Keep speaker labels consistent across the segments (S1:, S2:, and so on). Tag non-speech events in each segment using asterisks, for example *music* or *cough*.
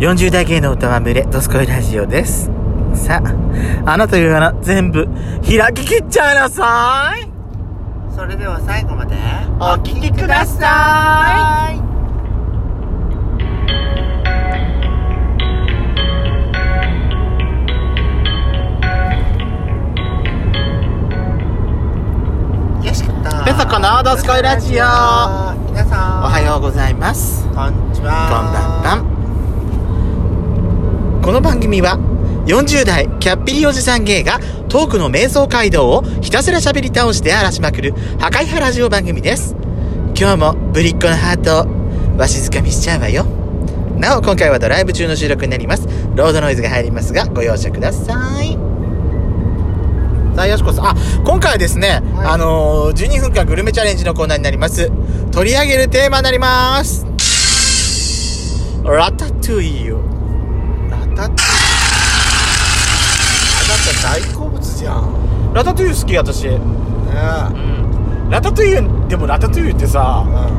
S1: 40代芸の歌は群れ、ドスコイラジオです。さあ、あなたいう穴、全部、開ききっちゃいなさい
S2: それでは最後まで
S1: お聞きください
S2: よしかった
S1: ペソコのドスコイラジオ
S2: 皆さん
S1: おはようございます。こ
S2: うこんにち
S1: んばんばん。
S2: は
S1: この番組は、40代キャッピリおじさん芸がトークの瞑想街道をひたすら喋り倒して荒らしまくる破壊派ラジオ番組です。今日もぶりっ子のハートをわしづかみしちゃうわよ。なお、今回はドライブ中の収録になります。ロードノイズが入りますが、ご容赦ください。さあ、よしこさん。あ、今回はですね、
S2: はい
S1: あのー、12分間グルメチャレンジのコーナーになります。取り上げるテーマになります。ラタトゥイユ。
S2: ラタトゥイユあなた大好物じゃん
S1: ラタトゥイユ好き、私。
S2: ね
S1: ラタトゥイユ、でもラタトゥイユってさ
S2: え、う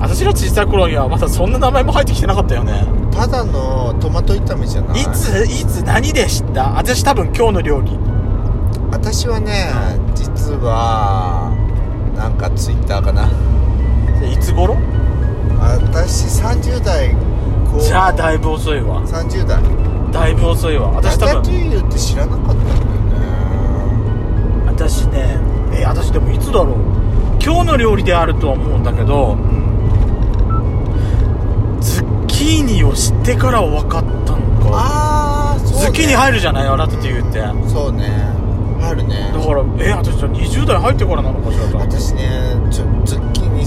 S1: 私ら小さい頃にはまだそんな名前も入ってきてなかったよね。
S2: んただのトマト炒めじゃない
S1: いつ、いつ、何でした私多分今日の料理。
S2: 私はね実はなんかツイッターかない
S1: つ頃
S2: 私30代後
S1: じゃあだいぶ遅いわ。
S2: 30代
S1: だいぶ遅いわ。私
S2: ラ
S1: 多
S2: タト
S1: 分、
S2: ゥイユって知らなかったんだよね
S1: 私ね、え、私でもいつだろう。今日の料理であるとは思うんだけど、ズッキーニを知ってから分かったのか。
S2: ああそう、ね、
S1: ズッキーニ入るじゃないラタトゥイユって。だか
S2: そうねあるね
S1: ら、え、私じゃあ20代入ってからなのかしらと思って
S2: 私ねちょズッキーニ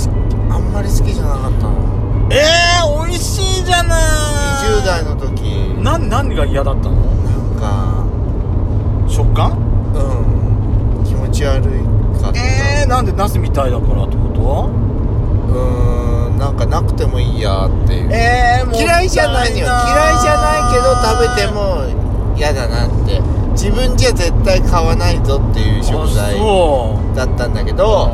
S2: あんまり好きじゃなかったの
S1: えー、美味しいじゃない
S2: 20代の時
S1: な何が嫌だったの
S2: なんか
S1: 食感
S2: うん気持ち悪いかった、
S1: えー、なんでナスみたいだからってこと
S2: うーんなんかなくてもいいやっていう
S1: えー、も
S2: 嫌いじゃないよ嫌いじゃないけど食べても嫌だなって自分じゃ絶対買わないぞっていう食材
S1: そ
S2: だったんだけど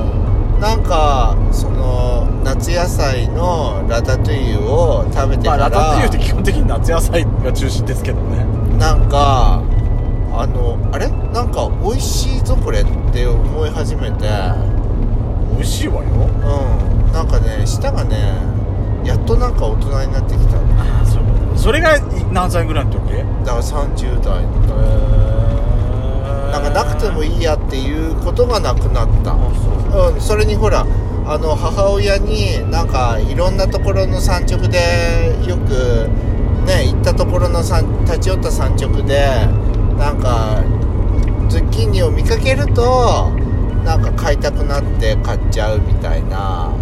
S2: なんかその夏野菜のラタトゥイユを食べ
S1: う
S2: て
S1: ま
S2: か
S1: あ
S2: ら、
S1: ラタトゥイユって基本的に夏野菜が中心ですけどね
S2: なんかあのあれなんか美味しいぞこれって思い始めて
S1: 美味しいわよ
S2: うんなんかね舌がねやっとなんか大人になってきただ
S1: あそうそれが何歳ぐらいの時
S2: から30代
S1: えー
S2: なんかなくても
S1: い
S2: いいやっていうことがなくなった
S1: あそう
S2: うん、それにほらあの母親になんかいろんなところの産直でよくね行ったところの産立ち寄った産直でなんかズッキーニを見かけるとなんか買いたくなって買っちゃうみたいな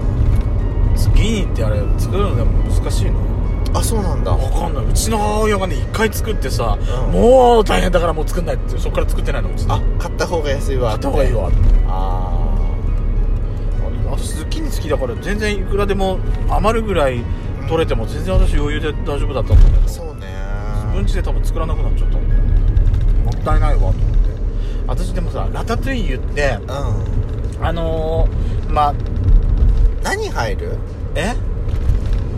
S1: ズッキーニってあれ作るのでも難しいの
S2: あそうなんだ
S1: わかんないうちの母親がね一回作ってさ、
S2: うん
S1: もう大変だからもう作んないってそっから作ってないのうちで
S2: あ買った方が安いわ
S1: 買った方がいいわって
S2: あ
S1: 私ズッキーニ好きだから全然いくらでも余るぐらい取れても全然私余裕で大丈夫だったんだけど
S2: ーそうね
S1: 自分ちで多分作らなくなっちゃったんだよねもったいないわと思って私でもさラタトゥイユって
S2: う
S1: あのー、まあ
S2: ん何入る
S1: え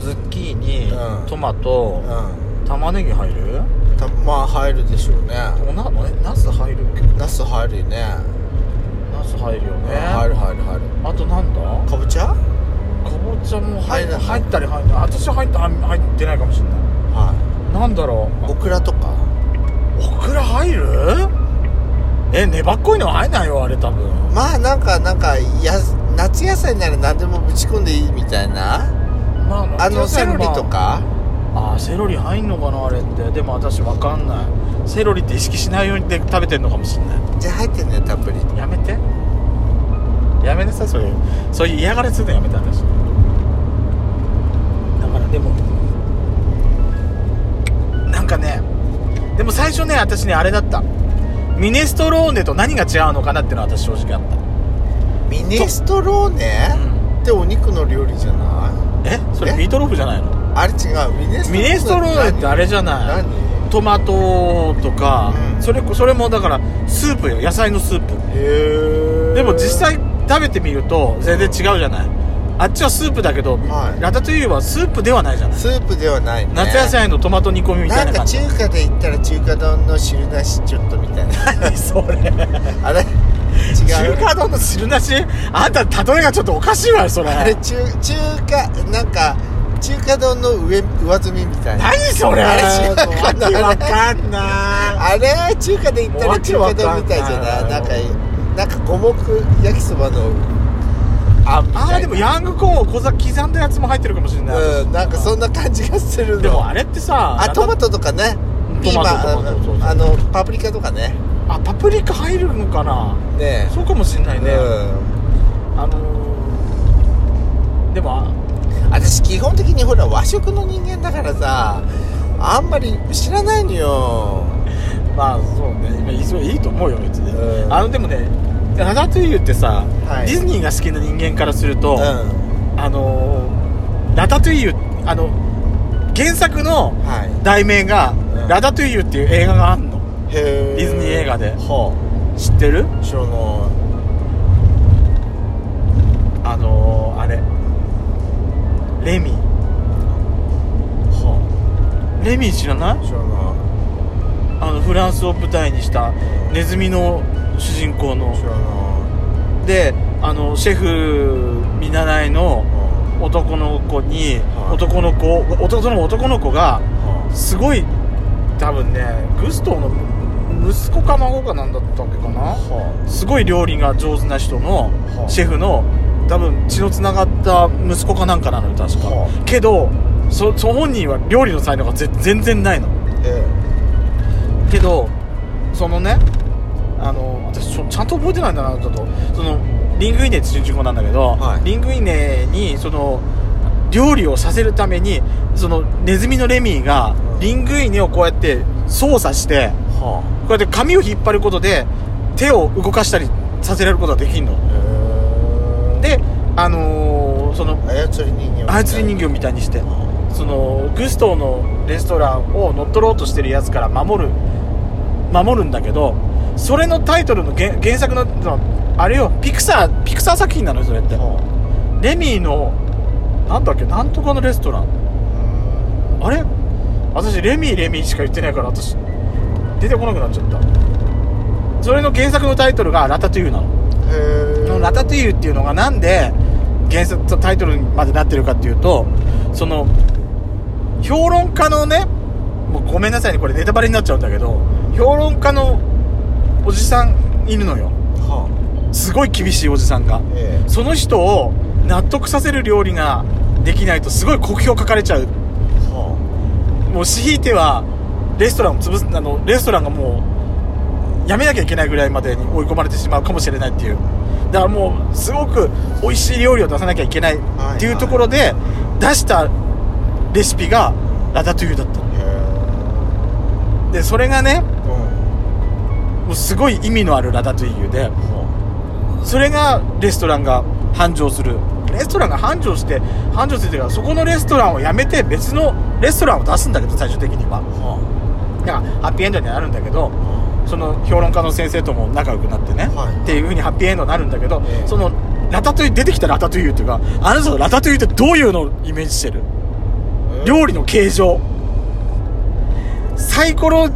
S1: ズッキーニ、
S2: うん
S1: トマト
S2: う、ん
S1: 玉ねぎ入る
S2: たまあ入るでしょうね
S1: おなえナス入るっけ
S2: ナス入るよね
S1: ナス入るよ
S2: うん
S1: ね
S2: 入る入る入る
S1: あとなんだ
S2: かぼちゃ
S1: かぼちゃも入
S2: 入らない
S1: 入ったり入った私入ったあ入ってないかもしれない
S2: は
S1: なんだろ
S2: いオ
S1: う
S2: クラとか
S1: オクラ入るえ粘っこいのは入んないよあれ多分
S2: まあなんかなんかや夏野菜なら何でもぶち込んでいいみたいな
S1: ま
S2: あのセロリとか
S1: ああセロリ入んのかなあれってでも私わかんないセロリって意識しないようにで食べてんのかもしれない
S2: じゃあ入ってんねたっぷり
S1: やめてやめなさいそういうそういう嫌がらせするのやめて私だからでもなんかねでも最初ね私ねあれだったミネストローネと何が違うのかなっていうのは私正直あった
S2: ミネストローネってお肉の料理じゃな
S1: えそれ
S2: え
S1: ミートローフじゃないの
S2: いあれ違うミネストローネ
S1: ミネストローネってあれじゃ
S2: 何
S1: ない
S2: 何
S1: トマトとか、
S2: うん
S1: それそれもだからスープよ野菜のスープ
S2: へえ
S1: でも実際食べてみると全然違うじゃないあっちはスープだけど、
S2: はい
S1: ラタトゥイユはスープではないじゃない
S2: スープではないね
S1: 夏野菜のトマト煮込みみたい
S2: な
S1: なん
S2: か
S1: 感じ
S2: 中華で言ったら中華丼の汁なしちょっとみたいな
S1: *laughs* 何それ
S2: あれ違う
S1: 中華丼の汁なしあんた例えがちょっとおかしいわよそれ
S2: あれ中中華なんか中華丼の上上積みみたいな
S1: 何それ
S2: あれ違うの
S1: わけわかんな
S2: あれ中華で言った
S1: もう
S2: ら
S1: 訳
S2: 中
S1: わか
S2: 華
S1: んない
S2: 丼みたいじゃないなんかなんか五目焼きそばのあみたい
S1: あ
S2: な
S1: あでもヤングコーンを小刻んだやつも入ってるかもしれない、
S2: うんなんかそんな感じがするの
S1: でもあれってさ
S2: あトマトとかねピーマン
S1: トマトトマトそうそう
S2: あのパプリカとかね
S1: あパプリカ入るのかな
S2: ね
S1: そうかもしれないね、
S2: うん
S1: あのー、でも
S2: 私基本的にほら和食の人間だからさあんまり知らないのよ
S1: まあそうね今いいそういいと思うよ別に、
S2: うん
S1: あのでもねラダトゥイユってさ、
S2: はい
S1: ディズニーが好きな人間からすると、
S2: うん
S1: あのー、ラタトゥイユあの原作の
S2: は
S1: 題名が
S2: う
S1: 「
S2: ん
S1: ラダトゥイユ」っていう映画があんの
S2: いへえ
S1: ディズニー映画で
S2: は
S1: 知ってる
S2: あ知らな
S1: あのー、あれレミ
S2: いは
S1: レミ知らない
S2: あ知らな
S1: あのフランスを舞台にしたネズミの主人公の
S2: い知らな
S1: であのシェフ見習いの
S2: いは
S1: 男の子に、
S2: はい
S1: 男の子男の男の子が
S2: あは
S1: すごい多分ねグストーの息子か孫かなんだったっけか
S2: あ
S1: な
S2: は
S1: すごい料理が上手な人の
S2: はい
S1: シェフの多分血のつながった息子かなんかなのよ確か
S2: は
S1: けどそそ本人は料理の才能がぜ全然ないの
S2: あえ
S1: けどそのねあの私ちょちゃんと覚えてないんだなちょっとそのリングイネって新宿語なんだけど、
S2: はい
S1: リングイネにその料理をさせるためにそのネズミのレミーが
S2: うん
S1: リングイネをこうやって操作して
S2: はあ
S1: こうやって髪を引っ張ることで手を動かしたりさせられることができるのであのーその
S2: 操り人形
S1: 操り人形みたいにしてそのグストーのレストランを乗っ取ろうとしてるやつから守る守るんだけどそれのタイトルの原原作のそのあれよピクサーピクサー作品なのよそれって
S2: は
S1: レミーのなんだっけなんとかのレストランあれ私レミーレミーしか言ってないから私出てこなくなっちゃったそれの原作のタイトルが「ラタトゥイユ」なの
S2: あへえ
S1: この「ラタトゥイユ」っていうのがなんで原作とタイトルまでなってるかっていうとその評論家のねもうごめんなさいねこれネタバレになっちゃうんだけど評論家のおじさんいるのよ
S2: は
S1: すごい厳しいおじさんが
S2: あえ
S1: その人を納得させる料理ができないとすごい酷評書かれちゃう
S2: えは
S1: もう強いてはレストランを潰すあのレストランがもうやめなきゃいけないぐらいまでに追い込まれてしまうかもしれないっていうだからもうすごく美味しい料理を出さなきゃいけないっていうところで出したレシピがラタトゥイユだった
S2: あへえ
S1: でそれがね
S2: うん
S1: もうすごい意味のあるラタトゥイユで
S2: は
S1: それがレストランが繁盛するレストランが繁盛して繁盛するっていうかそこのレストランをやめて別のレストランを出すんだけど最終的には
S2: あは
S1: だからハッピーエンドにはなるんだけど
S2: あはあ
S1: その評論家の先生とも仲良くなってね、
S2: はい
S1: っていうふうにハッピーエンドになるんだけど、
S2: ええ
S1: そのラタトゥイユ出てきたラタトゥイユっていうかあなたのラタトゥイユってどういうのをイメージしてる料理の形状サイコロ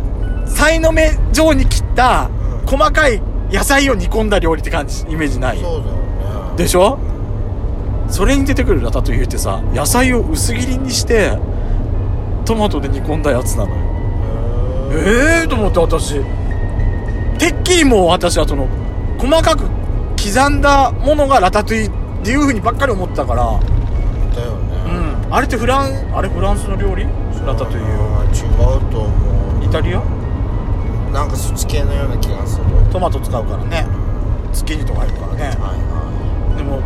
S1: サイの目状に切った
S2: うん
S1: 細かい野菜を煮込んだ料理って感じイメージない
S2: そうだよね
S1: でしょそれに出てくるラタトゥイユってさ野菜を薄切りにしてトマトで煮込んだやつなのよえ
S2: へ
S1: えと思って私てっきりもう私はその細かく刻んだものがラタトゥイユっていうふうにばっかり思ってたから
S2: だよ
S1: う
S2: ね
S1: んあれってフランあれフランスの料理ラタトゥイユ
S2: 違うと思
S1: イタリア
S2: うなんかそっち系のような気がする
S1: トマト使うからねズッキーニとか入るからね
S2: は
S1: でも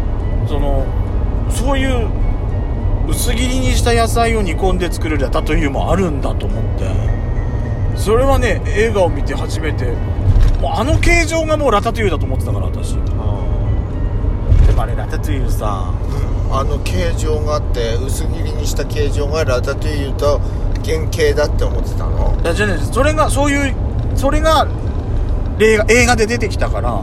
S1: そのそういう薄切りにした野菜を煮込んで作るラタトゥイユもあるんだと思ってそれはね映画を見て初めてもうあの形状がもうラタトゥイユだと思ってたから私
S2: いはい
S1: でもあれラタトゥイユさ
S2: あの形状があって薄切りにした形状がラタトゥイユと原型だって思ってたの
S1: いやじゃあねそれがそういうそれが映画映画で出てきたからあ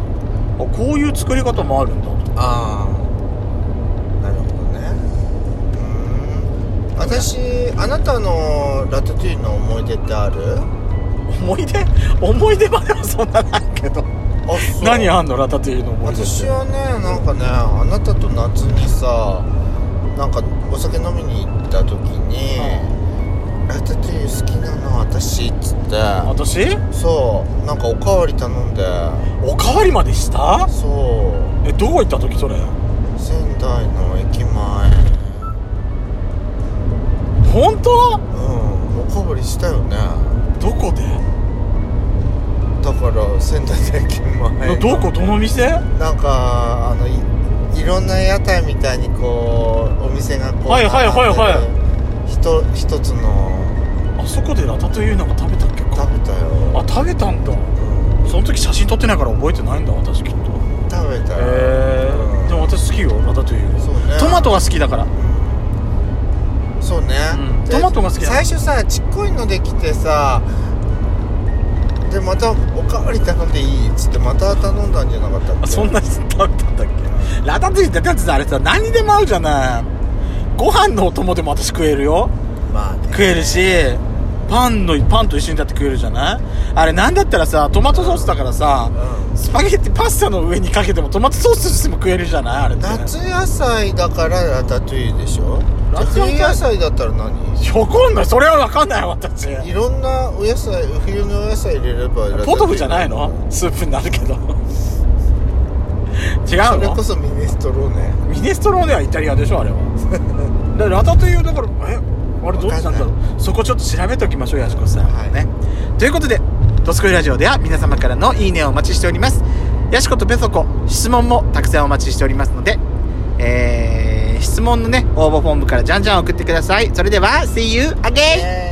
S1: こういう作り方もあるんだと
S2: ああなるほど私あなたのラタトゥイユの思い出ってある
S1: 思い出思い出まではそんなないけど
S2: あそう
S1: 何あんのラタトゥイユの思い出って
S2: 私はねなんかねあなたと夏にさなんかお酒飲みに行った時に「ラタトゥイユ好きなの私」っつって
S1: 私
S2: そうなんかおかわり頼んで
S1: おかわりまでした
S2: そう
S1: えどこ行った時それ
S2: 仙台の駅前
S1: 本当
S2: うんおかわりしたよね
S1: どこで、
S2: だから仙台の駅前
S1: どこどの店は
S2: なんかあのいいろんな屋台みたいにこうお店がこう
S1: はいはいはいはい
S2: 並んでてひと一つの
S1: あそこでラタトゥイユなんか食べたっけか
S2: 食べたよ
S1: あ食べたんだ
S2: うん
S1: その時写真撮ってないから覚えてないんだ私きっと
S2: 食べたよ
S1: へえでも私好きよラタトゥイユ
S2: そうね
S1: トマトが好きだから
S2: うんそうね、
S1: うん
S2: で
S1: トマトが好きだ
S2: 最初さちっこいのできてさでまた「おかわり頼んでいい」っつってまた頼んだんじゃなかったっけ
S1: あそんなに食べたんだっけラタトゥイユってだってさあれさ何にでも合うじゃないご飯のお供でも私食えるよ
S2: まあね
S1: *laughs* 食えるしパンのパンと一緒にだって食えるじゃないあれなんだったらさトマトソースだからさ
S2: う
S1: スパゲッティパスタの上にかけてもトマトソースとしても食えるじゃないあれっ
S2: ん
S1: て
S2: 夏野菜だからラタトゥイユでしょ
S1: ラタトゥイユ
S2: 冬野菜だった
S1: *laughs*
S2: ら何
S1: わかんないそれはわかんない私
S2: いろんなお野菜冬のお野菜入れればラタトゥイユ
S1: ポトフじゃないのスープになる *laughs* けど違
S2: そうれ
S1: の
S2: こそミネストローネ
S1: ミネストローネはイタリアでしょあれは
S2: *laughs*
S1: でラタトゥイユだからえあれどっちなんだろ
S2: わか
S1: うそこちょっと調べておきましょうやしこさん、
S2: はい
S1: ねということで「ドスコイラジオ」では皆様からのいいねをお待ちしておりますやしことペソコ質問もたくさんお待ちしておりますのでえー質問のね応募フォームからじゃんじゃん送ってくださいそれでは See you again!
S2: えー